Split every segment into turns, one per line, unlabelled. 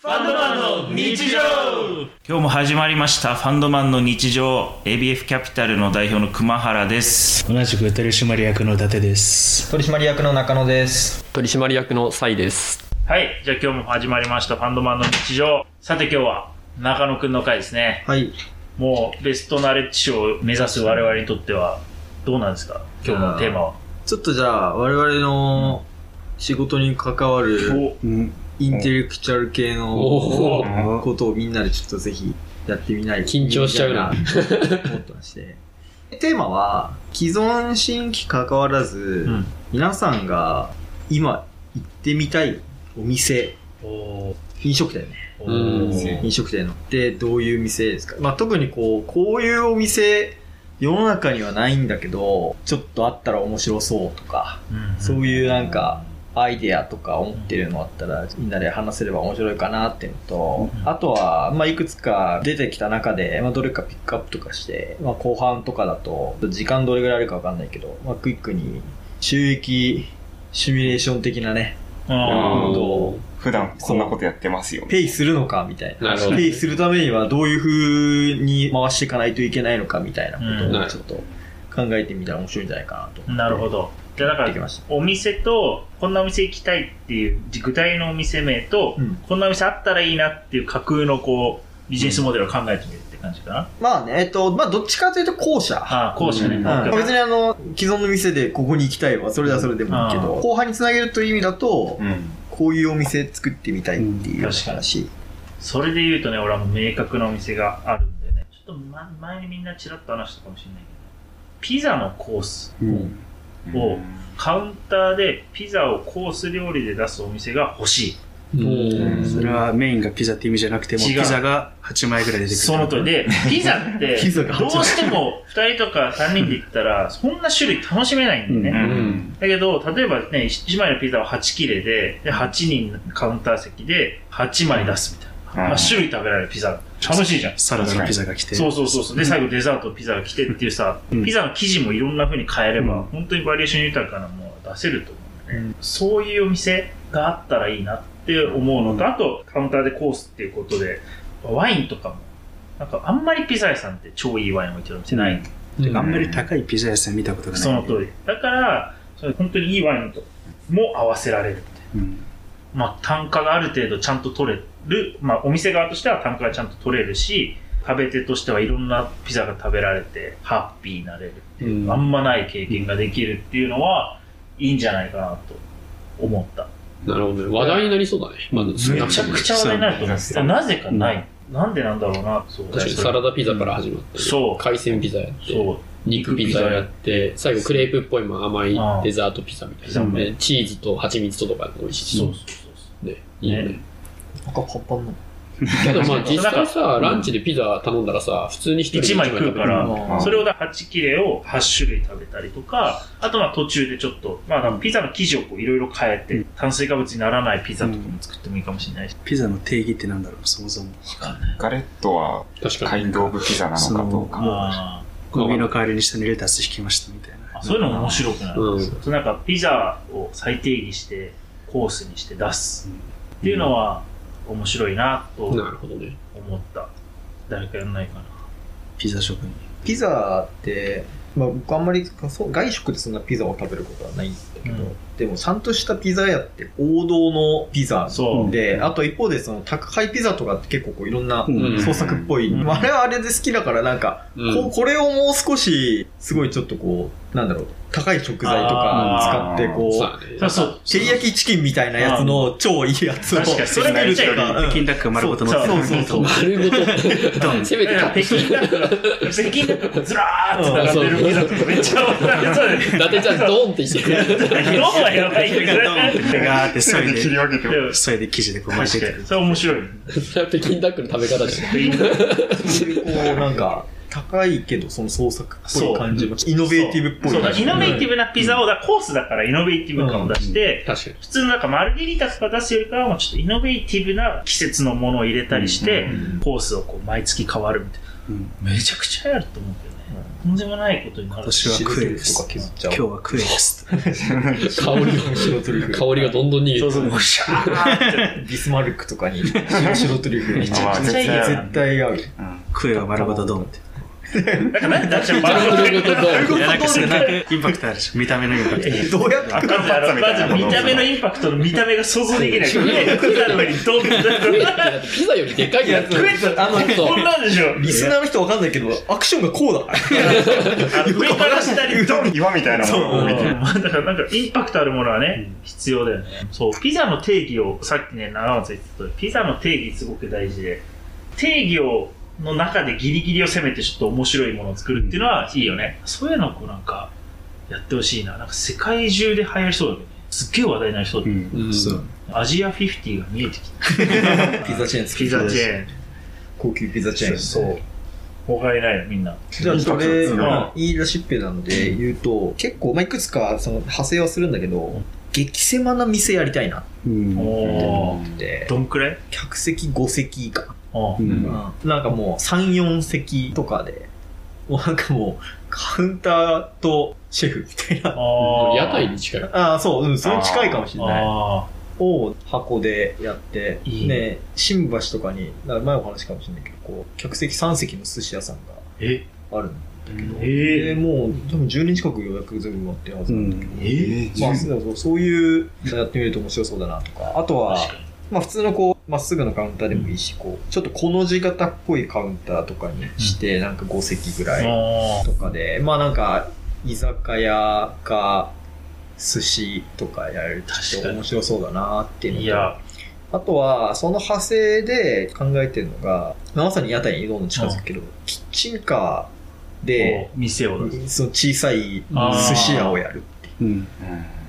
ァンドマンの日常今日も始まりましたファンドマンの日常 ABF キャピタルの代表の熊原です
同じく取締役の伊達です
取締役の中野です
取締役のサイです
はいじゃあ今日も始まりましたファンドマンの日常さて今日は中野くんの回ですね
はい
もうベストナレッジ賞を目指す我々にとってはどうなんですか今日のテーマは
ちょっとじゃあ我々の仕事に関わる
お
インテレクチャル系
お
の
ー
ことをみんなでちょっとぜひやってみない
緊張しちゃうな
みたいな思ってまして テーマは既存新規関わらず、
うん
皆さんが今行ってみたいお店
お
飲食店ね
お
うん
飲食店のってどういう店ですか、まあ、特にこうこういうお店世の中にはないんだけどちょっとあったら面白そうとかそういうなんかアイデアとか思ってるのあったらみんなで話せれば面白いかなっていうのと
うん
あとは、まあ、いくつか出てきた中で、まあ、どれかピックアップとかして、まあ、後半とかだと時間どれぐらいあるかわかんないけど、まあ、クイックに収益シミュレーション的なね
あ
こ
ー
とを
普段こんなことやってますよね。
ペイするのかみたいな
なるほど
ペイするためにはどういう風に回していかないといけないのかみたいなこと
う
を
ん
ちょっと考えてみたら面白いんじゃないかなと
なるほどじゃあだか
やって
ら
きました
お店とこんなお店行きたいっていう具体のお店名と、
うん
こんなお店あったらいいなっていう架空のこうビジネスモデルを考えてみるって感じかな、
まあねえっとまあどっちかというと後者
ああ後者ね、
うん
オッケー
うん別にあの既存の店でここに行きたいはそれはそれでもいいけど、
うん
後半につなげるという意味だと、
うん。
こういうお店作ってみたいっていう
確かに
話、
それで言うとね俺はもう明確なお店があるんでねちょっと、ま、前にみんなちらっと話したかもしれないけどピザのコース
うん
おうカウンターでピザをコース料理で出すお店が欲しい
うん
それはメインがピザって意味じゃなくても
違う
ピザが8枚ぐらい出てくる
その通り で、ピザって
ピザが
どうしても2人とか3人で行ったらそんな種類楽しめないんでね、
うん
うん
だけど、例えばね、1枚のピザを8切れで、で8人カウンター席で8枚出すみたいな。
うん
まあ、種類食べられるピザ。楽しいじゃん。
サラダのピザが来て
そうそうそうそう。で、最後デザートピザが来てっていうさ、
うん
ピザの生地もいろんな風に変えれば、
うん
本当にバリエーション豊かなものが出せると思うんだよね。そういうお店があったらいいなって思うのと、あと、カウンターでコースっていうことで、ワインとかも、なんかあんまりピザ屋さんって超いいワイン置いてるお店ないんで
あんまり高いピザ屋さん見たことがない
その通り。だから、その本当にいいワインとも合わせられるみたいな。
うん
まあ、単価がある程度ちゃんと取れる、まあ、お店側としては単価がちゃんと取れるし食べ手としてはいろんなピザが食べられてハッピーになれるっていう、
うん
あんまない経験ができるっていうのはいいんじゃないかなと思った
なるほどね話題になりそうだねまず
めちゃくちゃ話題になると思
そう
うなぜかない、なんでなんだろうなそう
確かにサラダピザから始まって、
そう
海鮮ピザやって
そう
肉ピザやって最後クレープっぽいまあ甘いデザートピザみたい
あ
な
あ
でチーズと蜂蜜ととか美味しい
そうそうそう
ねいいよね
他パンパンの
けどまあ実際 さ
ん
ランチでピザ頼んだらさ普通に一人で
1枚食うから、
うん
それをだ8切れを8種類食べたりとか、あとは途中でちょっと、まあ、なんかピザの生地をこういろいろ変えて、炭水化物にならないピザとかも作ってもいいかもしれないし、
ピザの定義ってなんだろうそもそも
ガレットは
確かに
解凍部ピザなのかどうか。
あ
ゴミの代わりに下にレタス引きましたみたいな
ーそういうのも面白くない、
うん
そうなんかピザを再定義して、コースにして出すっていうのは面白いなと
なるほどね
思った。誰かやんないかな。
ピザ職人
ピザって、まあ、僕あんまりそう外食でそんなピザを食べることはないんだけど、
うん
でもちゃんとしたピザ屋って王道のピザ
そう。
で、あと一方でその宅配ピザとかって結構こういろんな
うん
創作っぽい、
うん
まああれはあれで好きだからなんか、
うん
こうこれをもう少しすごいちょっとこうなんだろう高い食材とか
あー
使ってこ
そう
う
だね
そうそう。
照り焼きチキンみたいなやつの超いいやつを
確かにそれめっちゃいい
作るとか
北京ダックが丸ごと乗って
そう
そうそう
丸ご とせめて買っ
北
て
京ダックが、北京ダックがずらーっと並んでるピザとかめっちゃ面白そうで
伊達ちゃんドーンって言って
どうはやばいけど
手があってそれ
切り
で
分けても
それで生地でこう巻
確
いて
か
て
に。それ面白い。
それは北京ダックの食べ方じゃん
そういうこうなんか高いけどその創作っぽい感じもイノベーティブっぽい
そう
感
だ、
じ
イノベーティブなピザを、だからコースだからイノベーティブ感を出して、
確かに
普通のなんかマルゲリータとか出すよりかはもうちょっとイノベーティブな季節のものを入れたりして、コースをこう毎月変わるみたいな。めちゃくちゃやると思うけどね。とんでもないことになる。
私はクエです。
白トリュフとか削っちゃ
今
う
日はクエです。
白
香りが、
トリュフ
香りがどんどん逃げ
そ
て
うそう、シャーって。
ビスマルクとかに白トリュフめちゃ
まあ
くちゃいい
絶対
絶対合う。
うん
クエは丸ごとドンって。
なんか何だっちゃう、バル
丸ごとドン
いや、なんかそれなんかインパクトあるでしょ。見た目のインパクト。
どうやって
まずまず見た目のインパクトの見た目が想像できない。食え食った上にドンって。
クエってだってピザよりでかいやつ。
食えたらあの
ちょっと
こんなんでしょ。
リスナーの人わかんないけど、アクションがこうだ。
あの上から下にドン
岩みたいなものを見てる。
だからなんかインパクトあるものはね、必要だよね。そう、ピザの定義を、さっきね、長松言ってた通りピザの定義すごく大事で、定義を、の中でギリギリを攻めてちょっと面白いものを作るっていうのはいいよね。そういうのをこうなんか、やってほしいな。なんか世界中で流行りそうだけどね。すっげえ話題になりそうだ、
うん。そう。
アジア50が見えてきた。
ピザチェーン好き
ピザチェ
高級ピザチェ
ー
ー
ン。
ン。
そう。他いないよ、みんな。
じゃあ、それ、
うん
まあ、いいレシピなので言うと、結構、まあ、いくつか、その、派生はするんだけど、激狭な店やりたいなっ
うん
おー。
て、
どんくらい
客席5席以下。
お
う
ー
ん
なんかもう、3、4席とかで、もうなんかもう、カウンターとシェフみたいな。
あー
屋台に近い。
ああ、そう、うん、それ近いかもしれない。
あ
を箱でやって、
いい
ね、新橋とかに、だから前お話かもしれないけど、こう、客席3席の寿司屋さん
ーえ、
があるの。
え
で、もう、多分10人近く予約全部埋まってるはず
う
なんだけど
ん。
えー
えー
まあ、
十
そうそういうのやってみると面白そうだなとか、あとは、まあ普通のこう、まっすぐのカウンターでもいいし、こう、ちょっとこの字型っぽいカウンターとかにして、なんか5席ぐらい
あ
とかで、まあなんか、居酒屋か、寿司とかやる
確
と
かに
面白そうだなって
ー
いうのと
いや、
あとは、その派生で考えてるのが、まさに屋台にどんどん近づくけど、キッチンカーで、
こう店を出す
その小さい寿司屋をやる。
うん。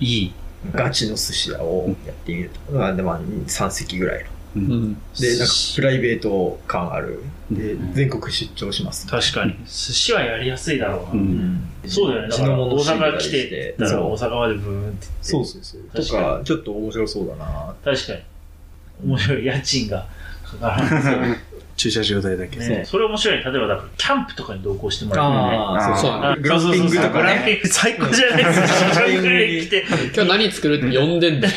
いい。
ガチの寿司屋をやってみると。まあ、でまあ、3席ぐらいの。
うん。
で、なんか
寿司
プライベート感ある。で
う、ん
全国出張します。
確かに。寿司はやりやすいだろうな。
う。
うんん
そうだよね。だから大阪来て、だから
そ
大
う
阪までブーンって行って。
そうそうそう。と
確か
か、ちょっと面白そうだな
確かに。面白い。家賃がかからない。
駐車場代だけ。
ね、それ面白い。例えば、だから、キャンプとかに同行してもらうね。
あー
そう
あ
グランピングと
グ
か
ラン
ね。
ピング最高じゃ ないですか。
うん
それぐらい来て。
今日何作るって呼んでんだ よ。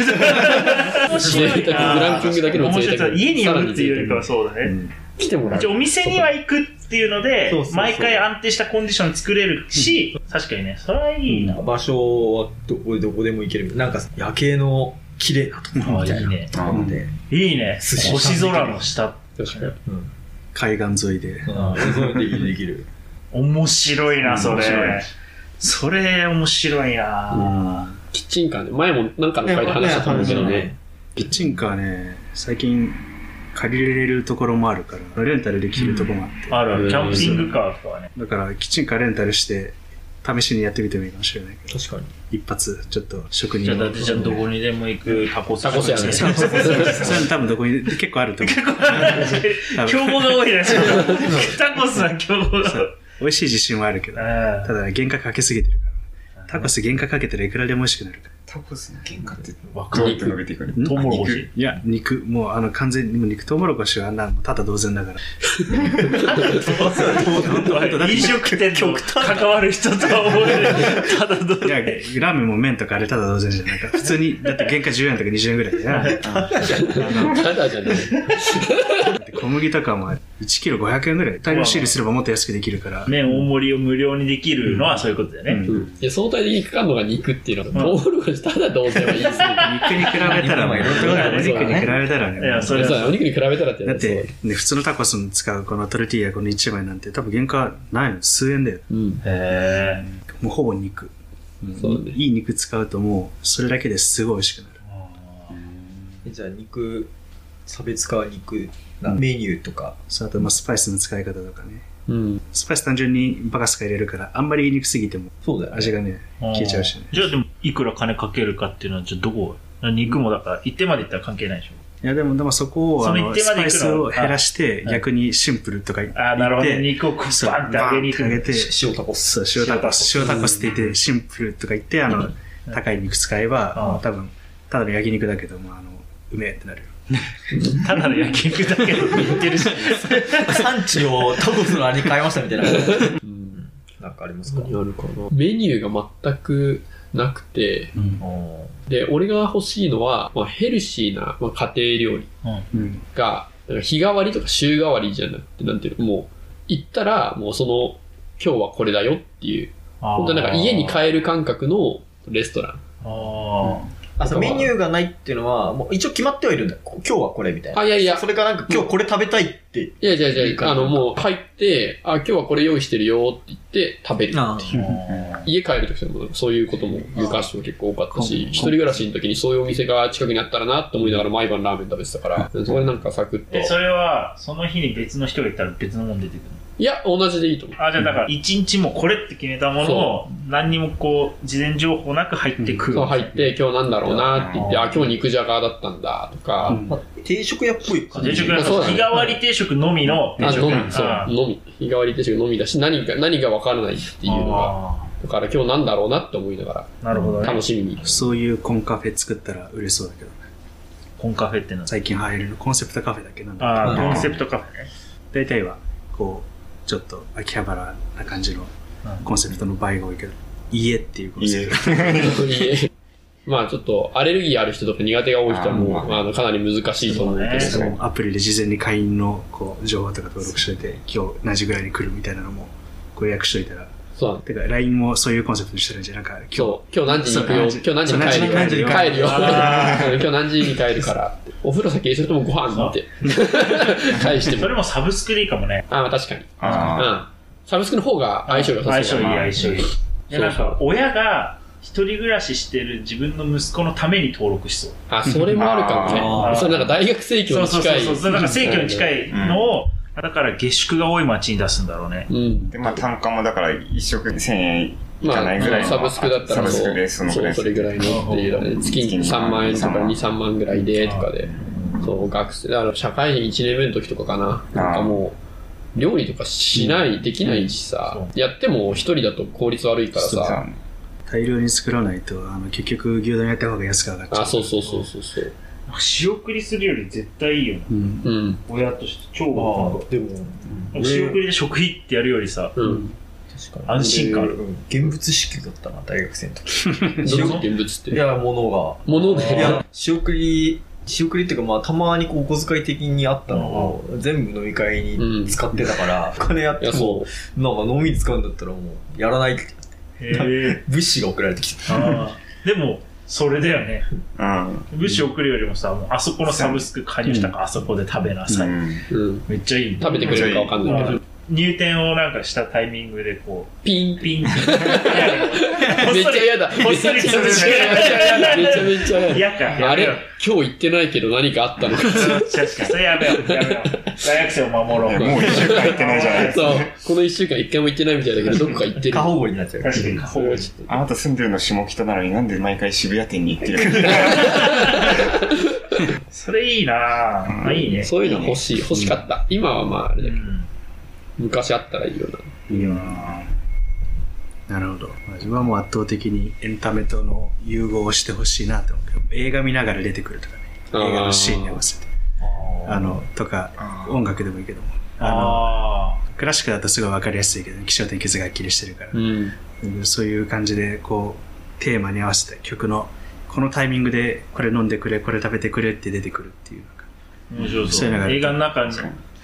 面白い
贅沢グランピングだけの
面
贅
白い
沢。
家に寄るっていうよりかはそうだね。
うん
来てもらう
じゃ。あお店には行くっていうので
そうそうそう
毎回安定したコンディション作れるし、確かにね、それはいいな。
場所はどこでどこでも行けるみたいな。なんか、夜景の綺麗なところみたい
あー
ない
いね
ところで。
いいね。
寿司
星空の下。
確かに。
うん。
海岸沿いで。
うんそういうのできるできる。
面白いな、そ
面白
れ
い。
それ面白いな。
キッチンカーで、前もなんかの回で話したと思うけどね。
キッチンカーね、最近借りれるところもあるから、レンタルできるところもあって、
あるあ
う
る。
ん
キャンピングカーとかね。
だからキッチンカーレンタルして、試しにやってみてもいいかもしれないけど、
確かに。
一発、ちょっと職
じ
人
ゃあ、
を
伊達ちゃんどこにでも行くタコス
タコス屋ね。
タ コス
それ多分どこに、結構あると思う。多
競合
分
が多いらしい。タコスは競合が
そう美味しい自信はあるけど、た
多い。
だ原価かけすぎてるから。タコス原価かけたらいくらでも美味しくなるから。
タコスの喧嘩って
わか
どう
る。
やって伸びていくの
ん
トウモロコシ
肉。
いや、肉、もうあの完全にもう肉とうもろこしはあんな、ただ同然だから。
飲食店と関わる人とは思えない。ただどう
いや、ラーメンも麺とかあれただ同然じゃんないか。普通に、だって原価10円とか20円ぐらいだよな。
ただじゃね
小麦とかも1キロ500円ぐらい。大量仕入れすればもっと安くできるから。
ね、大盛りを無料にできるのはそういうことだよね。
うん
え。うん。いや、相対的にかかんのが肉っていうのは、ボールがしただ同然はいいですね。
肉に比べたら、
まあいろんなとこだ
お
ね
肉に比べたら
いや
ね。
それ
そうだね
は
お肉に比べたらって
だ
や
っ
つ
て、ね、普通のタコスに使うこのトルティーヤこの1枚なんて多分原価ないの数円だよ。
うん。
へ
もうほぼ肉。
そうだね
いい肉使うともうそれだけですごい美味しくなる。
えじゃあ肉差別化は肉なメニューとか、
そうあとまあスパイスの使い方とかね。
うん。
スパイス単純にバカスカ入れるからあんまり言いにくすぎても
そうだよね
味がね、消えちゃうしね。
じゃあでも、いくら金かけるかっていうのは、じゃあどこ肉もだから、一定までいったら関係ないでしょ。
いやでも、でもそこを、
そ
あ
の
の、
一定ま
ス
で
パイ
行く
ス
の
を減らして、
あ
逆にシンプルとか言って、
ああ、なるほど。肉をこう、
そう
バンって上げに行
バンって
く。
上げて
塩タコス
そう、塩タコス、
塩
塩
タコス
タコスって言って、シンプルとか言って、あの、高い肉使えば、
うん
もう多分、ただの焼肉だけども、あの、うめえってなるよ。
ただの焼肉だけど、言ってるし。
産地をタコスのあれに変えましたみたいな
うん
なんかありますか
何あるかなメニューが全くなくて、
うん
お
で、俺が欲しいのは、まあ、ヘルシーな、まあ、家庭料理
うん
が、なんか日替わりとか週替わりじゃなくて、なんていうの、もう、行ったら、もうその、今日はこれだよっていう、
あー
本当になんか家に帰る感覚のレストラン。
あー
あそうメニューがないっていうのは、もう一応決まってはいるんだ。こ今日はこれみたいな。
あ、いやいや
そ、れかなんか今日これ食べたいって。
いやいや
いい
い
感
や、
じ
あの、もう入って、あ、今日はこれ用意してるよって言って食べる
あ
っ
あ
ていう。
あー
家帰るときもそういうことも昔は結構多かったし、
ああ
一人暮らしの時にそういうお店が近くにあったらなって思いながら毎晩ラーメン食べてたから、そこでなんかサクッと
え。それはその日に別の人がいたら別のもん出てくる
いや、同じでいいと思う。
のあじゃあだから一日もこれって決めたものを何にもこう事前情報なく入ってくる
そう入って、今日なんだろうなって言って、あ、今日肉じゃがだったんだと
う
か、
ん
まあ、定食屋っぽい感じ。
定食なんか
そうだ
日
ね
替わり定食のみの定
あ、
食
のみ、そう、のみ。日替わり定食のみだし、何が、何がわからないっていうのが、
あ
だから今日なんだろうなって思いなが
ーなるほど
ら、
ね
楽しみに。
そういうコンカフェ作ったら売れそうだけど
コンカフェってなんです
最近流行りのコンセプトカフェだっけなんだ
あ
っけ
う
あ
ん
コンセプトカフェね
大体はこうちょっと秋葉原な感じの
うん
コンセプトの場合が多いけど家っていうコンセプト
まあちょっと、アレルギーある人とか苦手が多い人はも
あ
う、あの、かなり難しいと思うけ
そ
ど
う
も
ね
うアプリで事前に会員のこう情報とか登録してて今日何時ぐらいに来るみたいなのもこう予約しといたら
そうなん
てか LINE もそういうコンセプトにしてるんじゃんなんか今日
そう、今日何時に行くよ、
そ
今
う
日何時に帰るよ、
何
帰るよ、
あ
今日何時に帰るからって、お風呂先にそれともご飯って、 返して
そ
も。
れもサブスクでいいかもね
ああ、確かに。う
あ
ん。サブスクの方が相性が
相
良さ
性
そう
いい
だ
相
な。
性いいで
そう
なんか親が一人暮らししてる自分の息子のために登録しそう
あ、それもあるかも
あー
ね。それなんか大学生協
そう
に
そう
近
そう
い。
そうそうなんか生協に近
い。
いのを、だから下宿が多い町に出すんだろうね
うん
ー。で、まあ単価もだから一食1000円いか
ま
ないぐらい
あ、
の。
サブスクだったら
サブス
そ
クで
う、
そのぐ
そ、
らいう
それぐらいのっていうのね、月
月
に
に
3万円とか
3万
2、3万ぐらいでとかで。そう、学生、だから社会人1年目の時とかかな。なんかもう、料理とかしない、できないしさ、やっても一人だと効率悪いから
そう
さ、
大量に作らないとあの結局牛丼やった方が安く上がっちゃう
あ、そうそうそうそうそう。
仕送りするより絶対いいよね
うん
うん。
親として超
ああ、でも、
なんか仕送りで食費ってやるよりさ
うん。
確かに。
安心感ある
うん現物支給だったな、大学生の時。
どういう現物っ
い
て。
や、物が。
物で。
いや、仕送り、仕送りっていうか、まあ、たまにこう、お小遣い的にあったのを、全部飲み会に使ってたから、お金やっ
い
て
や、
も、
そ
なんか飲みに使うんだったらもう、やらないって、
へえ
物資が送られてきた。
あーでもそれだよね
うん。
物資送るよりもさもうあそこのサブスク加入したからあそこで食べなさい、
うん
う。うん。
めっちゃいいね
食べてくれるかわかんないけど。
入店をなんかしたタイミングでこ
ピン
う
ピ
ピン
ン。
めっ
めっちゃ嫌だ。め
こっ
っち
そ
ゃ
り
めち
潰
ゃ
す
嫌だ。めちゃめちゃ嫌だ。
嫌かや
あ
め
れ
よ
今日行ってないけど何かあったのか。
う確かにそれやめようやめよう大学生を守ろう
もう一週間行ってないじゃないですか。
そう。この一週間一回も行ってないみたいだけど、どっか行ってる。
過保護になっちゃう。
確かに
そうちょっ
あなた住んでるの下北なのになんで毎回渋谷店に行ってる
それいいなぁ、あいい
と
ね
そういうの欲しい。欲しかった。今はまあ、あれだ
う
けど
ん
昔あったらいいよな。
いいよななるほどまあ自分はもう圧倒的にエンタメとの融合をしてほしいなと思うけど映画見ながら出てくるとかね映画のシーンに合わせてあのとか音楽でもいいけどもあの
あ
クラシックだとすごい分かりやすいけど気象点結がはっきりしてるから
う、ん。
そういう感じでこうテーマに合わせて曲のこのタイミングでこれ飲んでくれこれ食べてくれって出てくるっていうなんか
あ面白
そ
そう
いう
う
のがある
映画の中に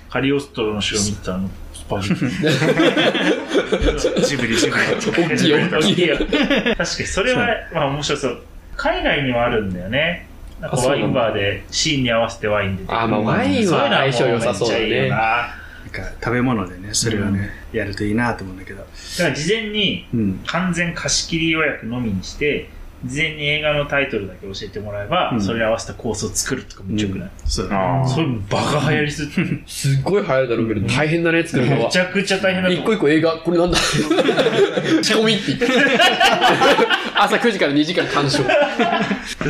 カリオストロの城見てたのスパゲッティ
ジブリジブリ
大きいよ、大きい
確
よ。
かにそれはまあ面白そう海外にもあるんだよねなんか
あそう
ワ
なん
イン
だ
バーでシーンに合わせてワイン出てくる
あ、まあ、ワインは相性良さそう
いのはもめっちゃ
だ
いいよ
ね。
な
なんか食べ物でねそれはね、やるといいなと思うんだけど
だから事前に
うん
完全貸し切り予約のみにして事前に映画のタイトルだけ教えてもらえば、
うん
それに合わせたコースを作るとかめっちゃよくない、
そう
あ
そ
ー
れバカ流行りすぎて
すっごい流行るだろうけど、大変だね、作るの
め
は
ち。ゃくちゃ大変だと
一
思
個
う
一個映画、これ なんだ仕込みって言って。朝9時から2時間鑑賞。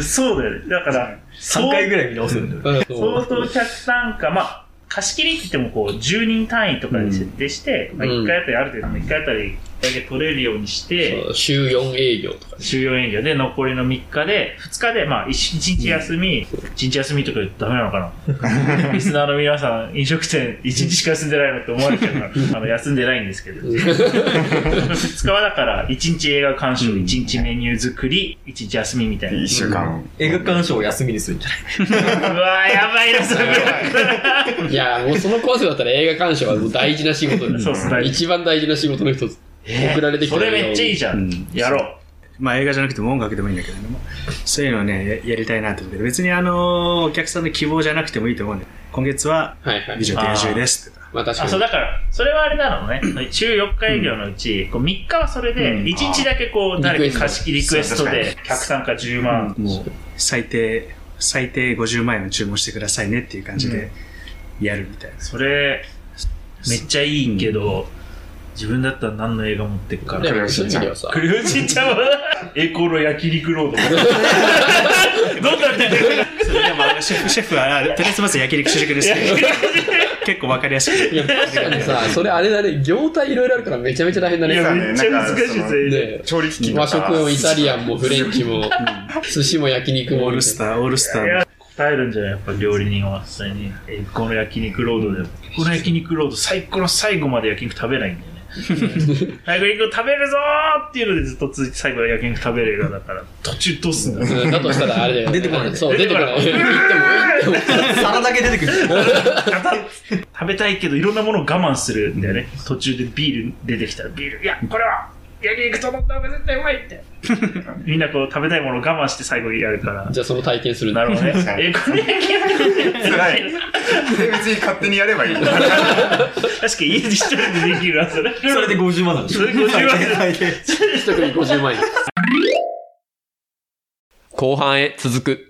そうだよねだから
3回ぐらい見直せるんだよ。
うん
相当客単価まあ貸し切りって言ってもこう10人単位とかで設定して、まあ、1回あたりある程度1回あたりだけ取れるようにして、
そう週4営業 とかね。
終了営業で残りの3日で、2日で、まあ1日休み、1日休みとか言ってダメなのかな リスナーの皆さん、飲食店1日しか休んでないのって思われちゃうから、あの休んでないんですけど。2日はだから、1日映画鑑賞、1日メニュー作り、1日休みみたいな。
一週間。
映画鑑賞を休みにするんじゃないう
わー、やばいな、それ。
いや、もうそのコースだったら映画鑑賞はもう大事な仕事だ
そうっす大事
一番大事な仕事の一つ。送られてきた
それめっちゃいいじゃ。
うんん
やろ
まあ映画じゃなくても音楽でもいいんだけどねもうそういうのをねややりたいなと思って別にあのお客さんの希望じゃなくてもいいと思うんで今月は
はいは
「
い
美。女と野獣」ですとか
まあ確
う。あ、そう
か
だから、それはあれなの ね。週4日営業のうち、こう3日はそれで、
うん
1日だけこう、誰か貸し切りリクエスト
リクエ
で、客さんから10万。
もう最低最低50万円を注文してくださいねっていう感じでやるみたいな、
それ、めっちゃいいけど、自分だったら何の映画持ってくか
に。で
ら。
も、そういう意味ではさ、
クルージンちゃんは、 エコロ焼肉ロード。 どんなんだよ。
それでもあのシェフシェフはあとりあえずまず焼肉主食ですけど結構わかりやすく
いや、確かにさ、 それあれだね、業態いろいろあるからめちゃめちゃ大変だ
い
ね。
や、め っちゃ難しいですね。
ね
調理機器とか
和食もイタリアンもフレンチも、寿司も焼肉も。
オールスターオールスター
い
の
や答えるんじゃないやっぱ料理人は実際にえこの焼肉ロードでもこの焼肉ロード最高の最後まで焼肉食べないんだ よね焼肉食べるぞーっていうのでずっと続いて最後は焼肉食べる映画だから途中どうすんだよ
うんだとしたらあれだよね。
出てこない
そう、 出てこない。
出てこない
行っても、行っても。
皿だけ出てくる。
食べたいけどいろんなものを我慢するんだよね、途中でビール出てきたらビールいやこれは焼肉と飲んだ方が絶対うまいって みんなこう食べたいものを我慢して最後やるから
じゃあその体験するんだ
なるほどね えこの焼肉
辛い。で別に勝手にやればいい。
確かに家で一人でできるわそれ
それで50万なんでしょ
それ50万
最低最低
一組50万円。後半へ続く。